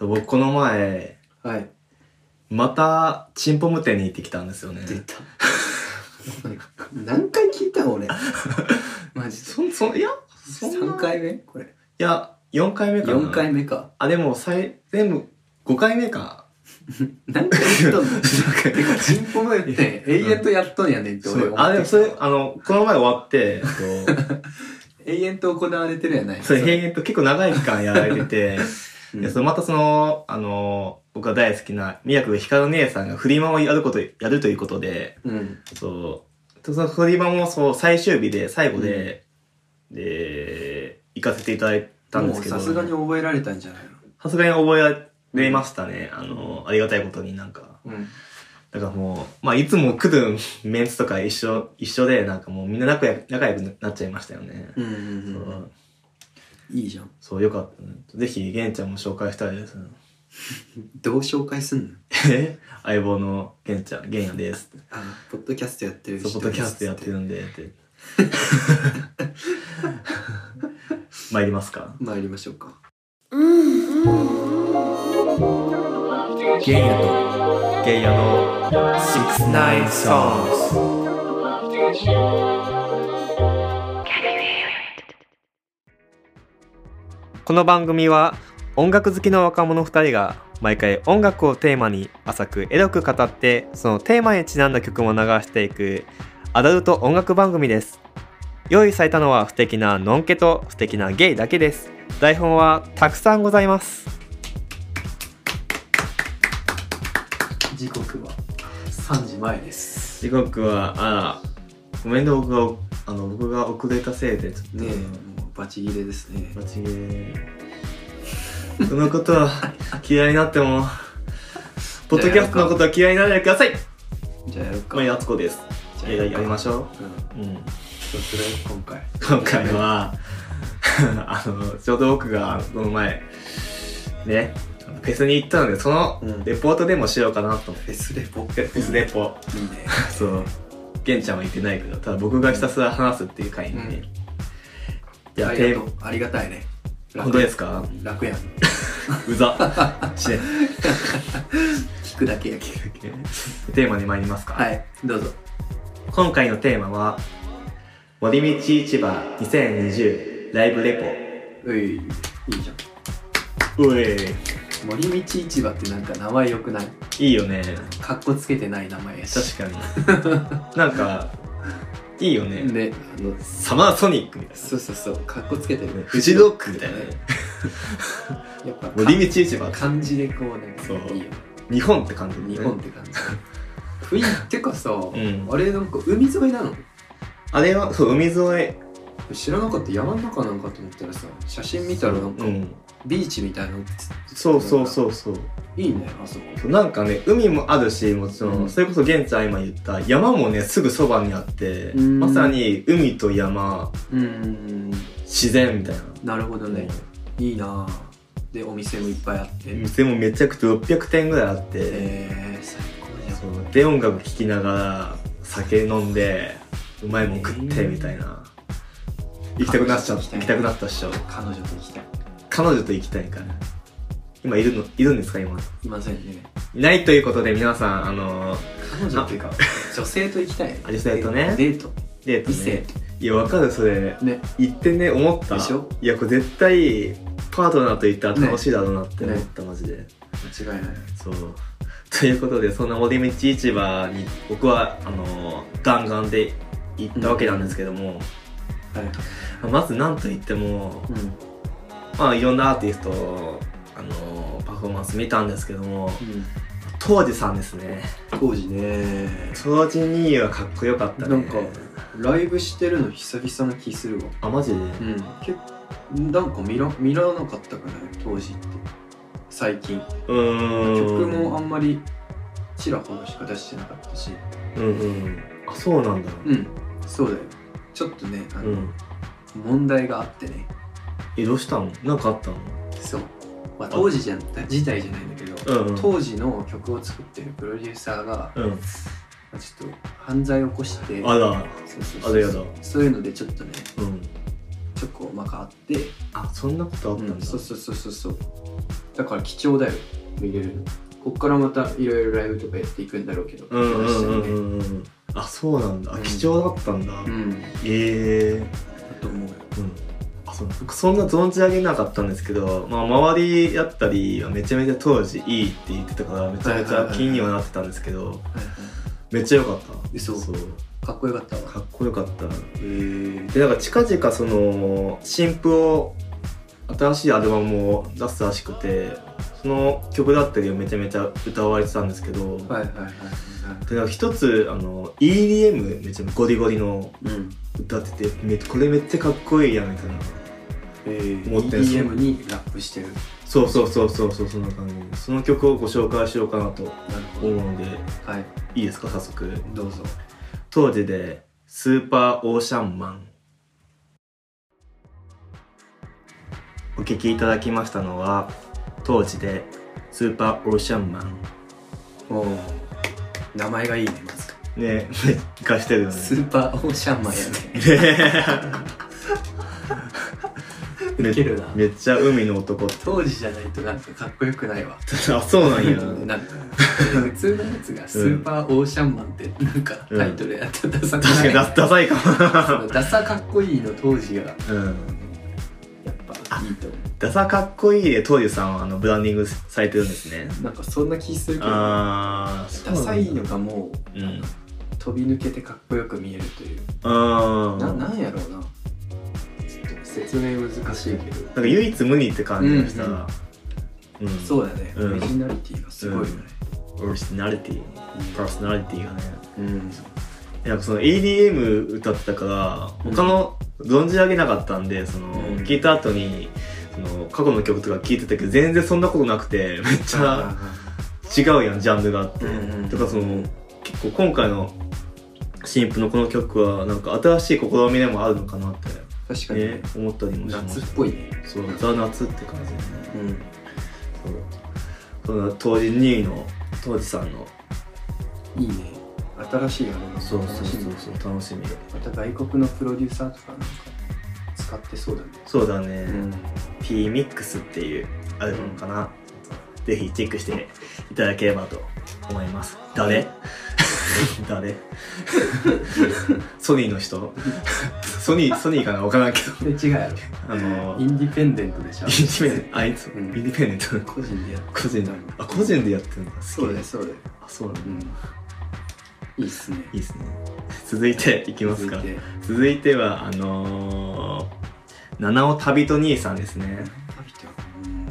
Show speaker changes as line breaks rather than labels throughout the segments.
僕この前、
はい。
また、チンポム店に行ってきたんですよね。
出た。 何回聞いた 俺。マジで。
そ、そ、いや、そんな
3回目これ。
いや、4回目かな。
4回目か。
あ、でも、最、全部、5回目か。
何回言ったの
なんか
てか、チンポムって永遠とやっとんやねんって
そ
俺
う
思ってた
あ、でもそれ、あの、この前終わって、えっ
永遠と行われてる やない
と、それ、平遠と結構長い期間やられてて、
う
で
ん
そのまたその、あの、僕が大好きな、宮古ひかる姉さんがフリマをやること、やるということで、
うん。
そう、そのフリマもそう、最終日で、最後で、で、行かせていただいたんで
も
す
う
けど、
さすがに覚えられたんじゃない
さすがに覚えられましたね。あの、ありがたいことになんか。
のうん。
だからもう、まあ、いつも来るメンツとか一緒、一緒で、なんかもうみんな仲良く仲良くなっちゃいましたよね。
うんう
そ
んうん。
う、
いいじゃん。
そう、よかったね。ぜひ、玄ちゃんも紹介したいです。
どう紹介すんの
え相棒の玄ちゃん、玄也です。
あの、ポッドキャストやってる
そう、ポッドキャストやって
る。
るんで、って。 参りますか。
参りましょうか。
玄也と、玄也の、Six Nine Songs。この番組は音楽好きの若者2人が毎回音楽をテーマに浅くエロく語ってそのテーマにちなんだ曲も流していくアダルト音楽番組です用意されたのは不敵なノンケと不敵なゲイだけです台本はたくさんございます
時刻は3時前です。
時刻はあらごめんね僕があの僕が遅れたせいでちょっ
ねえ、もうバチ切れですね。
間違えこのことは嫌いになって もポッドキャストのことは嫌いにならないでください
じゃあやろうか。
まあつこです
じゃあ
やりましょ
う。うん。
う、うん、
どうする今回。
今回は あのちょうど僕がこの前ねフェスに行ったのでその
うん
レポートでもしようかなと思って、
フェスレポ。
フェスレポ
いいね。
そう玄ちゃんは言ってないけどただ僕がひたすら話すっていう回にね、
うん
じゃあ
あり
テ
が
ー
とう。ありがたいね。
マ本当ですか
楽やん。
うざ しね
聞くだけやけ。
テーマに参りますか、
はい、どうぞ。
今回のテーマは「森道市場2020ライブレ
うい、いいじゃん。
ポ」うえ
森道市場ってなんか名前良くない
いいよね
かっこつけてない名前やし。
確かに なんかいいよね、
ね、あの、
サマーソニックみたい
そうそうそう、かっこつけてる
な。フジロックみたいなね
やっぱ、
森道市場
漢字でこうね、
そう
いいよね。
日本って感じ、
日本って感じ。雰囲気ってかさ、
ん
あれなんか海沿いなの
あれはそう海沿い
知らなかった山の中なんかと思ったらさ写真見たらなんか
うん
ビーチみたいなの
そうそう
う
そうそう
いいねあそこ
なんかね海もあるしもちろん、
うん
それこそ現地は今言った山もねすぐそばにあって
うん
まさに海と山
うーん
自然みたいな
なるほどね、いいなあでお店もいっぱいあって、
店もめちゃくちゃ600店ぐらいあって、
えー、最高じゃん
そうで音楽聴きながら酒飲んでうまいもん食ってみたいな、行きたくなっちゃっ
行きた
た
い
行きたくなったっしょ
彼女と行きたい
彼女と行きたいから今いるのいるんですか今
いませんね
いないということで皆さんあの
彼女っていうか女性と行きたい
あ女性とね
デート
デート、
異
ね、
性と
いやわかるそれ
ね
行ってね思った
でしょ
いやこれ絶対パートナーと行ったら楽しいだろうなって思った、マジで
間違いない
そう。 ということで、そんな森道市場に僕は、あのーガンガンで行ったわけなんですけども、
はい
まず何と言っても、
うん
まあいろんなアーティスト、あのーパフォーマンス見たんですけども、
うん
当時さんですね。
当時ね
当時にはかっこよかったね。
なんかライブしてるの久々な気するわ
あ、マジで、
うん結なんか見ら見らなかったかな当時って最近
うーん。
曲もあんまりちらほらしか出してなかったし
うんうん。あ、そうなんだ。
うんそうだよちょっとねあ
う
の、
ん。
問題があってね
え、どうしたのなんかあったの
そう、まあ、当時じゃん時代じゃないんだけど、
うんうん。
当時の曲を作ってるプロデューサーが
うん。
まあちょっと犯罪を起こして
あら、
そうそう
あ
そう
れやだ。
そういうのでちょっとね
うん。
チョコをまかあって
あ、そんなことあったんだ。
うんそうそうそうそうそうだから貴重だよ見れるのこっからまたいろいろライブとかやっていくんだろうけど、
うんう
出して
ん
る
う
ね
んうんあそうなんだ
うん
貴重だったんだ、
うん
ええ
だと思うよ
うんあそう僕そんな存じ上げなかったんですけど、まあ、周りだったりはめちゃめちゃ当時いいって言ってたからめちゃめちゃ気にはなってたんですけどめっちゃ良かった
嘘
そう
かっこよかったわ
かっこよかった
へえ
でなんか近々その新譜を新しいアルバムを出すらしくてその曲だったりをめちゃめちゃ歌われてたんですけど、
はいはいはいは
でなんか一つあの EDM めちゃゴリゴリの
いうん
歌っててめこれめっちゃかっこいいやんみたいな
えー、
思ったやつ
EDM にラップしてる
そうそうそうそうそうそんな感じその曲をご紹介しようかなと
なるほ
思う
ど
ので
はい
いいですか早速
どうぞ
当時で「スーパーオーシャンマン」お聴きいただきましたのは当時で「スーパーオーシャンマン
おお名前がいいねまず」
ね生かしてるよね
スーパーオーシャンマ ンやね
め
ウケるな
めっちゃ海の男
当時じゃないとなんかかっこよくないわ
あそうなんや
なんか普通のやつが「スーパーオーシャンマン」ってなんかタイトルやったらダサ
確
く
か
ない
にダダサいかも
ダサかっこいいの当時がやっ
うん
ぱいいと思
ダサかっこいいで東さんはあのブランディングされてるんですね
うなんかそんな気するけどダ
あーそうなんだ
サいのがもう
うん
飛び抜けてかっこよく見えるという
あー
ななんやろうなちょっと説明難しいけど
なんか唯一無二って感じがした、
う
うんん
うんそうだね、
うん
オリジナリティがすごいよね、
オリジナリティパーソナリティがね
うん
やっぱその EDM 歌ってたから
うん
他の存じ上げなかったんでその、
うん
聞いた後にその過去の曲とか聞いてたけど全然そんなことなくてめっちゃ違うやんジャンルがあって、
うんうん
とかその結構今回の新譜のこの曲はなんか新しい試みでもあるのかなって
確かに、
ね、思ったりもしま
夏っ
す
ぽいね
そうザ・夏って感じですね
うん
そうその当時2位の当時さんの
いいね新しいアルバム楽しみ
そう楽しみ
また外国のプロデューサーとかなんか使ってそうだね
そうだね、
ん
P ミックスっていうアルバムかな、ぜひチェックしていただければと思います誰 誰ソニーの人ソニーソニーかな分からんけど
で違うやろ
あの
インディペンデントでしょ
インディペンデントあいつ、
うん
インディペンデント
個人でやる
個人だあ個人でやってるんだす
そ
げ
う
え
だよそうだよ
あそうなんだ
うんいいっすね
いいですね続いていきますか
続いて
続いてはあのー、七尾旅人兄さんですね
あきちゃんうん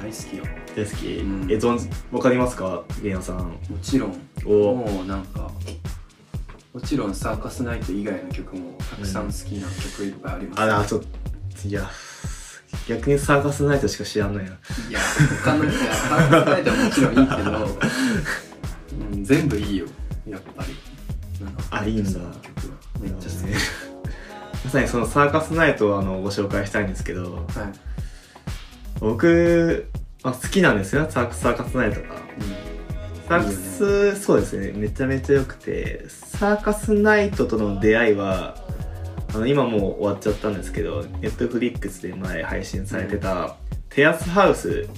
大好きよ
大好き、
うん
え存じわかりますかゲンヤさん
もちろん
お
もうなんかもちろんサーカスナイト以外の曲もたくさん好きな曲いっぱいあります、
あらちょっといや逆にサーカスナイトしか知らんのや
いや他のいやサーカスナイトはもちろんいいけど、うん、全部いいよやっぱり
あいいんだ
曲はめっちゃ好き、
ね まさにそのサーカスナイトをあのご紹介したいんですけど
はい、
僕、まあ、好きなんですよサーサーカスナイトがサーカス
い
そうですねめちゃめちゃ良くてサーカスナイトとの出会いはあの今もう終わっちゃったんですけどネットフリックスで前配信されてた「テラスハウス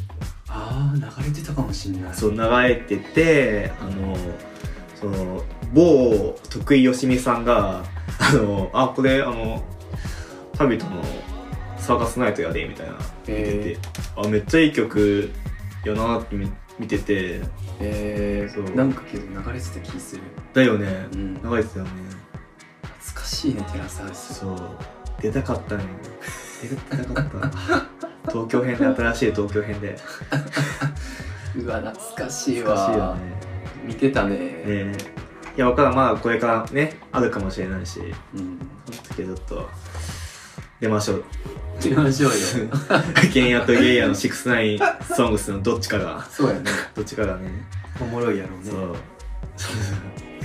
ああ流れてたかもしれな」い
そう流れててあのその某徳井よしみさんが「あのあこれあの旅人のサーカスナイトやで」みたいな言って
え
て、あめっちゃいい曲やなってみ見てて
ー、え
そう
ー、なんかけど流れてた気する、
だよね
うん、懐
流れてたよね
かしいねテラスハウス
そう出たかったのよ出たか った東京編で新しい東京編で
うわ懐かしい
懐
わ
かしいよね
見てたね
ねえいや分からんまだこれからねあるかもしれないし
うん
その時はちょっと出ましょう
行きましょうよ
ゲンヤとゲイヤの69ソングスのどっちかが
そうやね
どっちかがね
おもろいやろうね
そ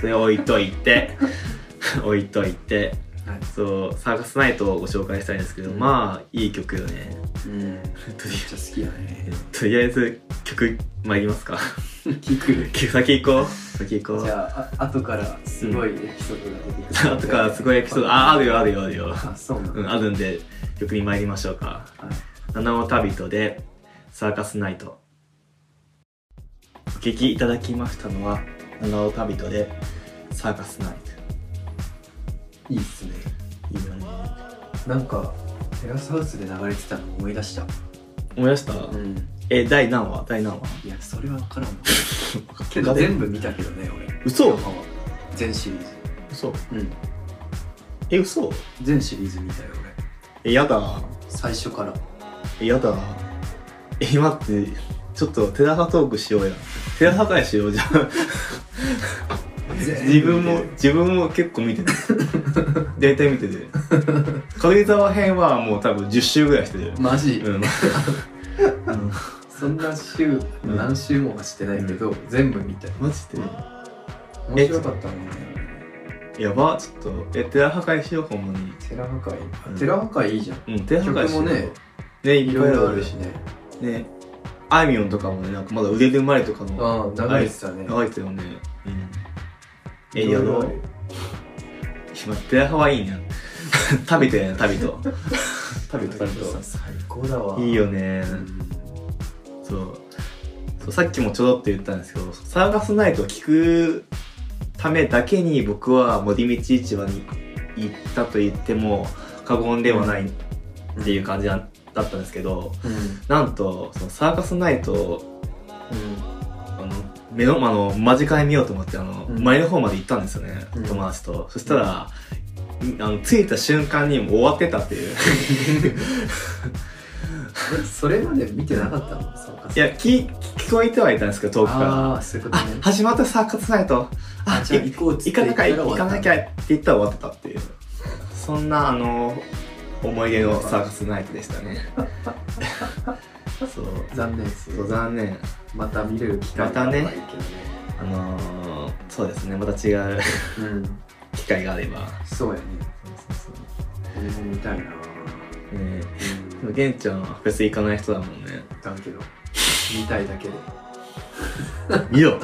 う それ置いといて 置いといて
はい
そうサーカスナイトをご紹介したいんですけど、
うん
まあいい曲よね
うんめっちゃ好きやね
とりあえず曲参りますか
聞く
先行こう先行こ
じ
う
ゃああ後からすごいエピソードが出てくる
あとからすごいエピソードああるよあるよあるよ、
あそうな
うんん、
だ
あるんで曲に参りましょうか
は
「
い
七尾旅人」で「サーカスナイトお聴きいただきましたのは「七尾旅人」で「サーカスナイ
いいっすね
ト」いいよね
なんかテラスハウスで流れてたの思い出した
思い出した
ん
え第何話第何話
いやそれは分から んわけど全部見たけどね俺
嘘
ドラマは全シリーズ
嘘
うん
え嘘
全シリーズ見たよ俺
えやだ
最初から
えやだえ待ってちょっとテラハトークしようやテラハ会しようじゃん自分も自分も結構見てて大体見て て軽井沢編はもう多分10周ぐらいしてる
マジ、
うんうん
そんな週
うん
何週もはしてないけど、全部見たよ
マジ
面白かったもんね
でやばちょっとえテラハ会しようほんまに
テラ破壊、
うん
テラ破壊いいじゃん
うんテラハ会しよう
曲もね
ねいっ
い
ぱい
ろい
あ
ろ
る
あるしね
ねあいみょんとかもねなんかまだ腕で生まれとかの
ああ流れてたね
流れてたよねうんえ
い
や
ろい
ろ
ろあ
う
る
今テラハはいいな 食べてやな旅 と旅と旅
さ最高だわ
といいよね
うん
そうそうさっきもちょろっと言ったんですけどサーカスナイトを聞くためだけに僕は森道市場に行ったと言っても過言ではないっていう感じだだったんですけど
うん
なんとそのサーカスナイトを
う
あの目のあの間近に見ようと思ってあの、
うん
前の方まで行ったんですよね、
うん
友達とそしたら、あの着いた瞬間にもう終わってたって いう
んえそれまで見てなかったのサーカス
いや聞聞こえてはいたんですけど遠くから
ああーそういうことね
「始まったサーカスナイト」
あじゃあ
い
行こうっつ
行
って
か
言
なきゃい
ったら終わ
行
った
かなきゃって言ったら終わってたっていうそんなあの思い出のサーカスナイトでしたねそう
残念です
そう残念
また見れる機会
またね
があればいいけどね
あのー、そうですねまた違う
うん
機会があれば
そうやね
そうそう
俺も見たいな
そうね
う
で
ん
も玄ちゃんはフェス行かない人だもん ね
だけど見たいだけで
見ろ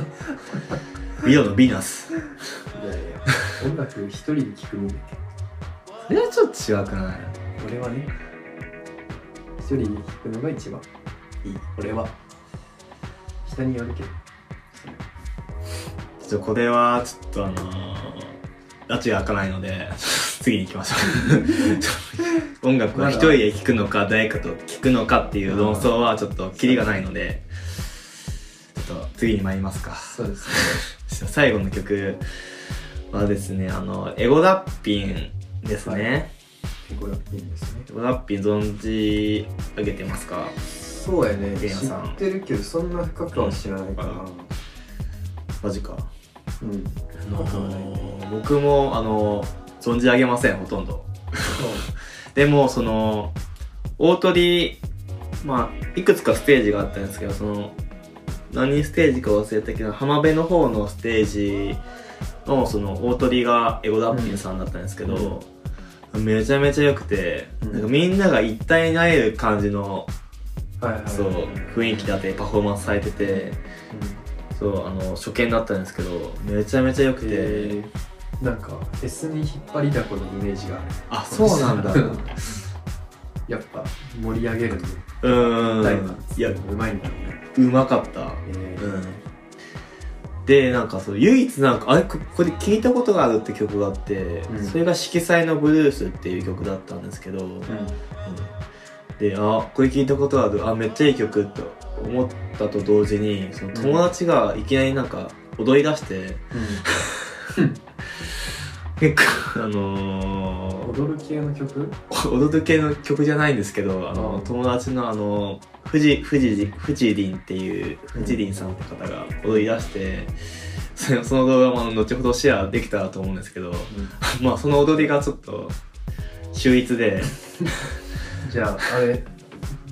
見ろのヴィーナス
いやいや音楽一人に聴くもんだけ
それはちょっと違くない
ど俺はね一人に聴くのが一番いい俺は人によるけどそれ
ちょっとこれはちょっとあのー、拉致が開かないので 次に行きましょう ちょっと音楽は一人で聴くのか誰かと聴くのかっていう論争はちょっとキリがないのでちょっと次に参りますか
そうです
最後の曲はですねあのエゴダッピンですね、
はねこれはいいんですね
エゴダッピン存じ上げてますか
そうやね
ゲ
知
ンさん
ってるけどそんな深くは知らないかな
マジか
うん
あのー僕もあの存じ上げませんほとんどでもその大鳥まあいくつかステージがあったんですけどその何ステージか忘れたけど浜辺の方のステージのその大鳥がエゴダッピンさんだったんですけど、めちゃめちゃ良くて、
うん
なんかみんなが一体になれる感じの、
はいはいはい
そう雰囲気だってパフォーマンスされててそうあの初見だったんですけどめちゃめちゃ良くて、
でなんかフェスに引っ張りだこのイメージがある
あそうなん だう
やっぱ盛り上げるの
ーんい
い
や
やうまいんだろうね
うまかった
えー
うん、でなんかそう唯一なんかあれここれ聞いたことがあるって曲があって、
うん
それが「色彩のブルース」っていう曲だったんですけど、うんであこれ聞いたことあるあめっちゃいい曲と思ったと同時にその友達がいきなりなんか踊り出して、結構 あ
うん
のー
踊る系の曲
踊る系の曲じゃないんですけどあの、
うん
友達のあの藤藤藤林っていう藤林さんって方が踊り出して、そのその動画もあの後ほどシェアできたらと思うんですけど まあその踊りがちょっと秀逸で
じゃああれ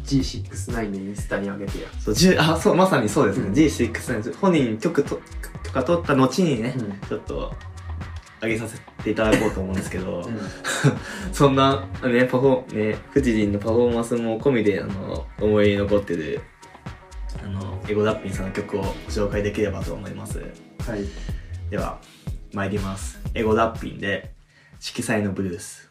G69 のインスタに上げてや
そうじゅあそうまさにそうですね、
うん
G6 の本人曲ととか撮った後にね、ちょっと上げさせていただこうと思うんですけど。そんなね、パフォー、ね、富士人のパフォーマンスも込みで、あの、思い出に残ってる、あの、エゴダッピンさんの曲をご紹介できればと思います。
はい
では、参ります。エゴダッピンで、色彩のブルース。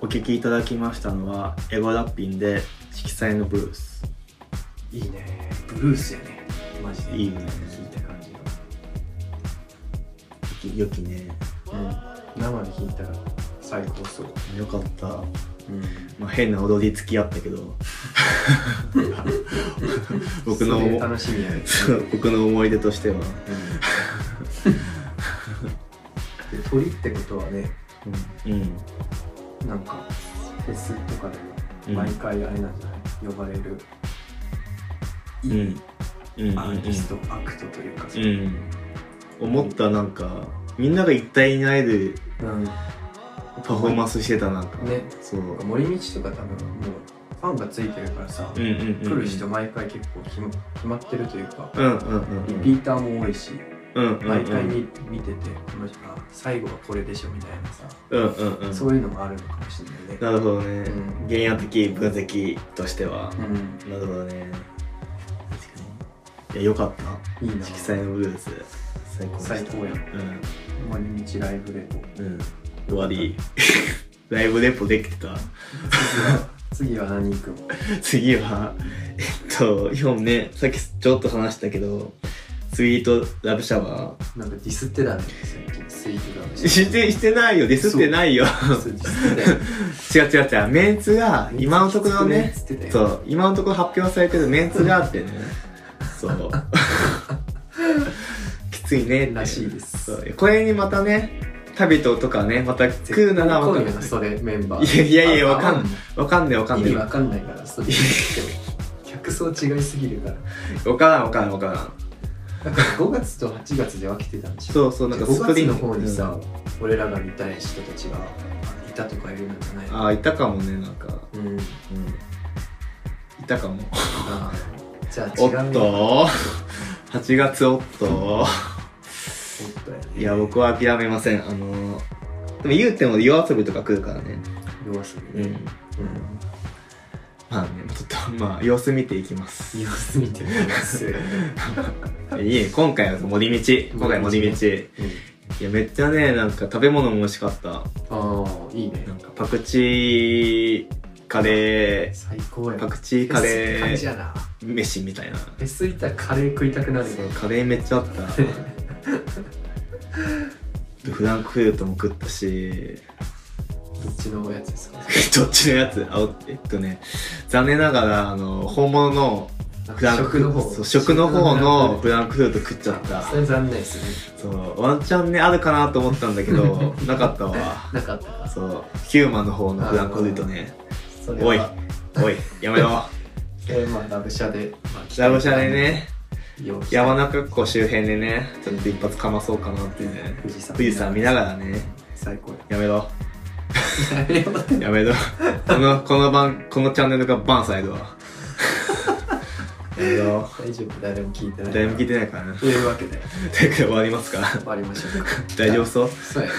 お聴きいただきましたのはエゴラッピンで色彩のブルース
いいねブルースやねマジで
いいね
聞いた感じが
良きね
生で聞いたら最高そう
よかった、ま
うん
あ、変な踊り付き合ったけど 僕の
それ楽しみやね
そう 僕の思い出としては、
で鳥ってことはね
うん、
なんかフェスとかでも毎回あれなんじゃない、呼ばれるい
うん
い
うん
アーティスト、アクトというか
うん、思ったなんかみんなが一体になれる
うん
パフォーマンスしてたなんか
ね
そう
なんか森道とか多分もうファンがついてるからさ、
うんうんうんうん
来る人毎回結構決ま決まってるというか、
うんうんうん
リピーターも多いし、
うんうん
毎回見見ててこの人が最後はこれでしょみたいなさ、
うんうんうん
そういうのもあるのかもしれないね。
なるほどね
うん
原野的分析としては
うん、
なるほどね確かにいやよかった
いいな
色彩のブルース最高でした
最高やん森道ライブレポ
うんうん終わり ライブレポできてた
次は何行くの
次はえっと今ねさっきちょっと話したけどスイートラブシャワー
なんかディスってたね最近スイートラブシャワ ー
してしてないよディスってないよ
そうディスってた
違う違う
よ
違うメンツが 今のところね
ディスってたよ
そう今のところ発表されてるメンツがあってねそう きついねって
らしいです
そうこれにまたね旅人とかねまた来るならわ
わ
かん
か
な
る
い
なそれメンバー
いやいやいやわかん
な
わかんないわかん
意
ない
味わかんないからそれ言っても客層違いすぎるから
わからんわからんわからん
なんか5月と8月で分けてたんでしょ
そうそうなんか
5月の
スプリン
方にさ、俺らが見たい人たちがいたとかいうのじゃない
ああいたかもねなんか
うん
いたかも
あーじゃあ
お
違
っ
うよおっ
と8月おっと
とやね
いや僕は諦めませんあのでも言うても夜遊びとか来るからね
夜遊び
う
ね
ん
うん
まあねちょっと まあ様子見ていきます
様子見てみますよね
いえ今回は森道今回森道い
うん
やめっちゃねなんか食べ物も美味しかった
ああいいね
なんかパクチーカレ
最高や
ーパクチーカレ
フェスって感じ
ー
やな
飯みたいなそ
フェス行ったらカレー食いたくなるよ
うカレーめっちゃあった フランクフルトも食ったし
どっちのやつですか
どっちのやつあおえっとね残念ながらあの本物のフランク
食の
そ
方
う食の方のフランクフルト食っちゃった
それ残念ですね
そうワンチャンねあるかなと思ったんだけ どなかったわ
なかったか
そうヒューマンの方のフランクフルトね
それ
おい
は
おいやめろ
えーまあラブシャでまあ
ラブシャでね
よう来た
山中湖周辺でねちょっと一発かまそうかなってね
富士山
富士山見ながらね
最高 や
やめろ
やめようって
やめろこのこの番このチャンネルがバンされ るわやめろ
大丈夫誰も聞いてない
誰も聞いてないからね
というわけで
というわけで終わりますか
終わりましょうか
大丈夫そう
そうやね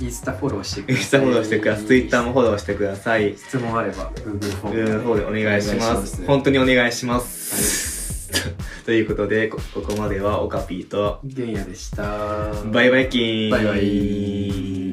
インスタフォローしてく
イン
ださい
スタフォローしてくださいツイッターもフォローしてください
質問あれば Google フォ
う
ー
ん、
ム
方でお願いします。本当にお願いします。 ということでこ、ここまではオカピーと、
ゲンヤでした
バイバイキーン
バイバイ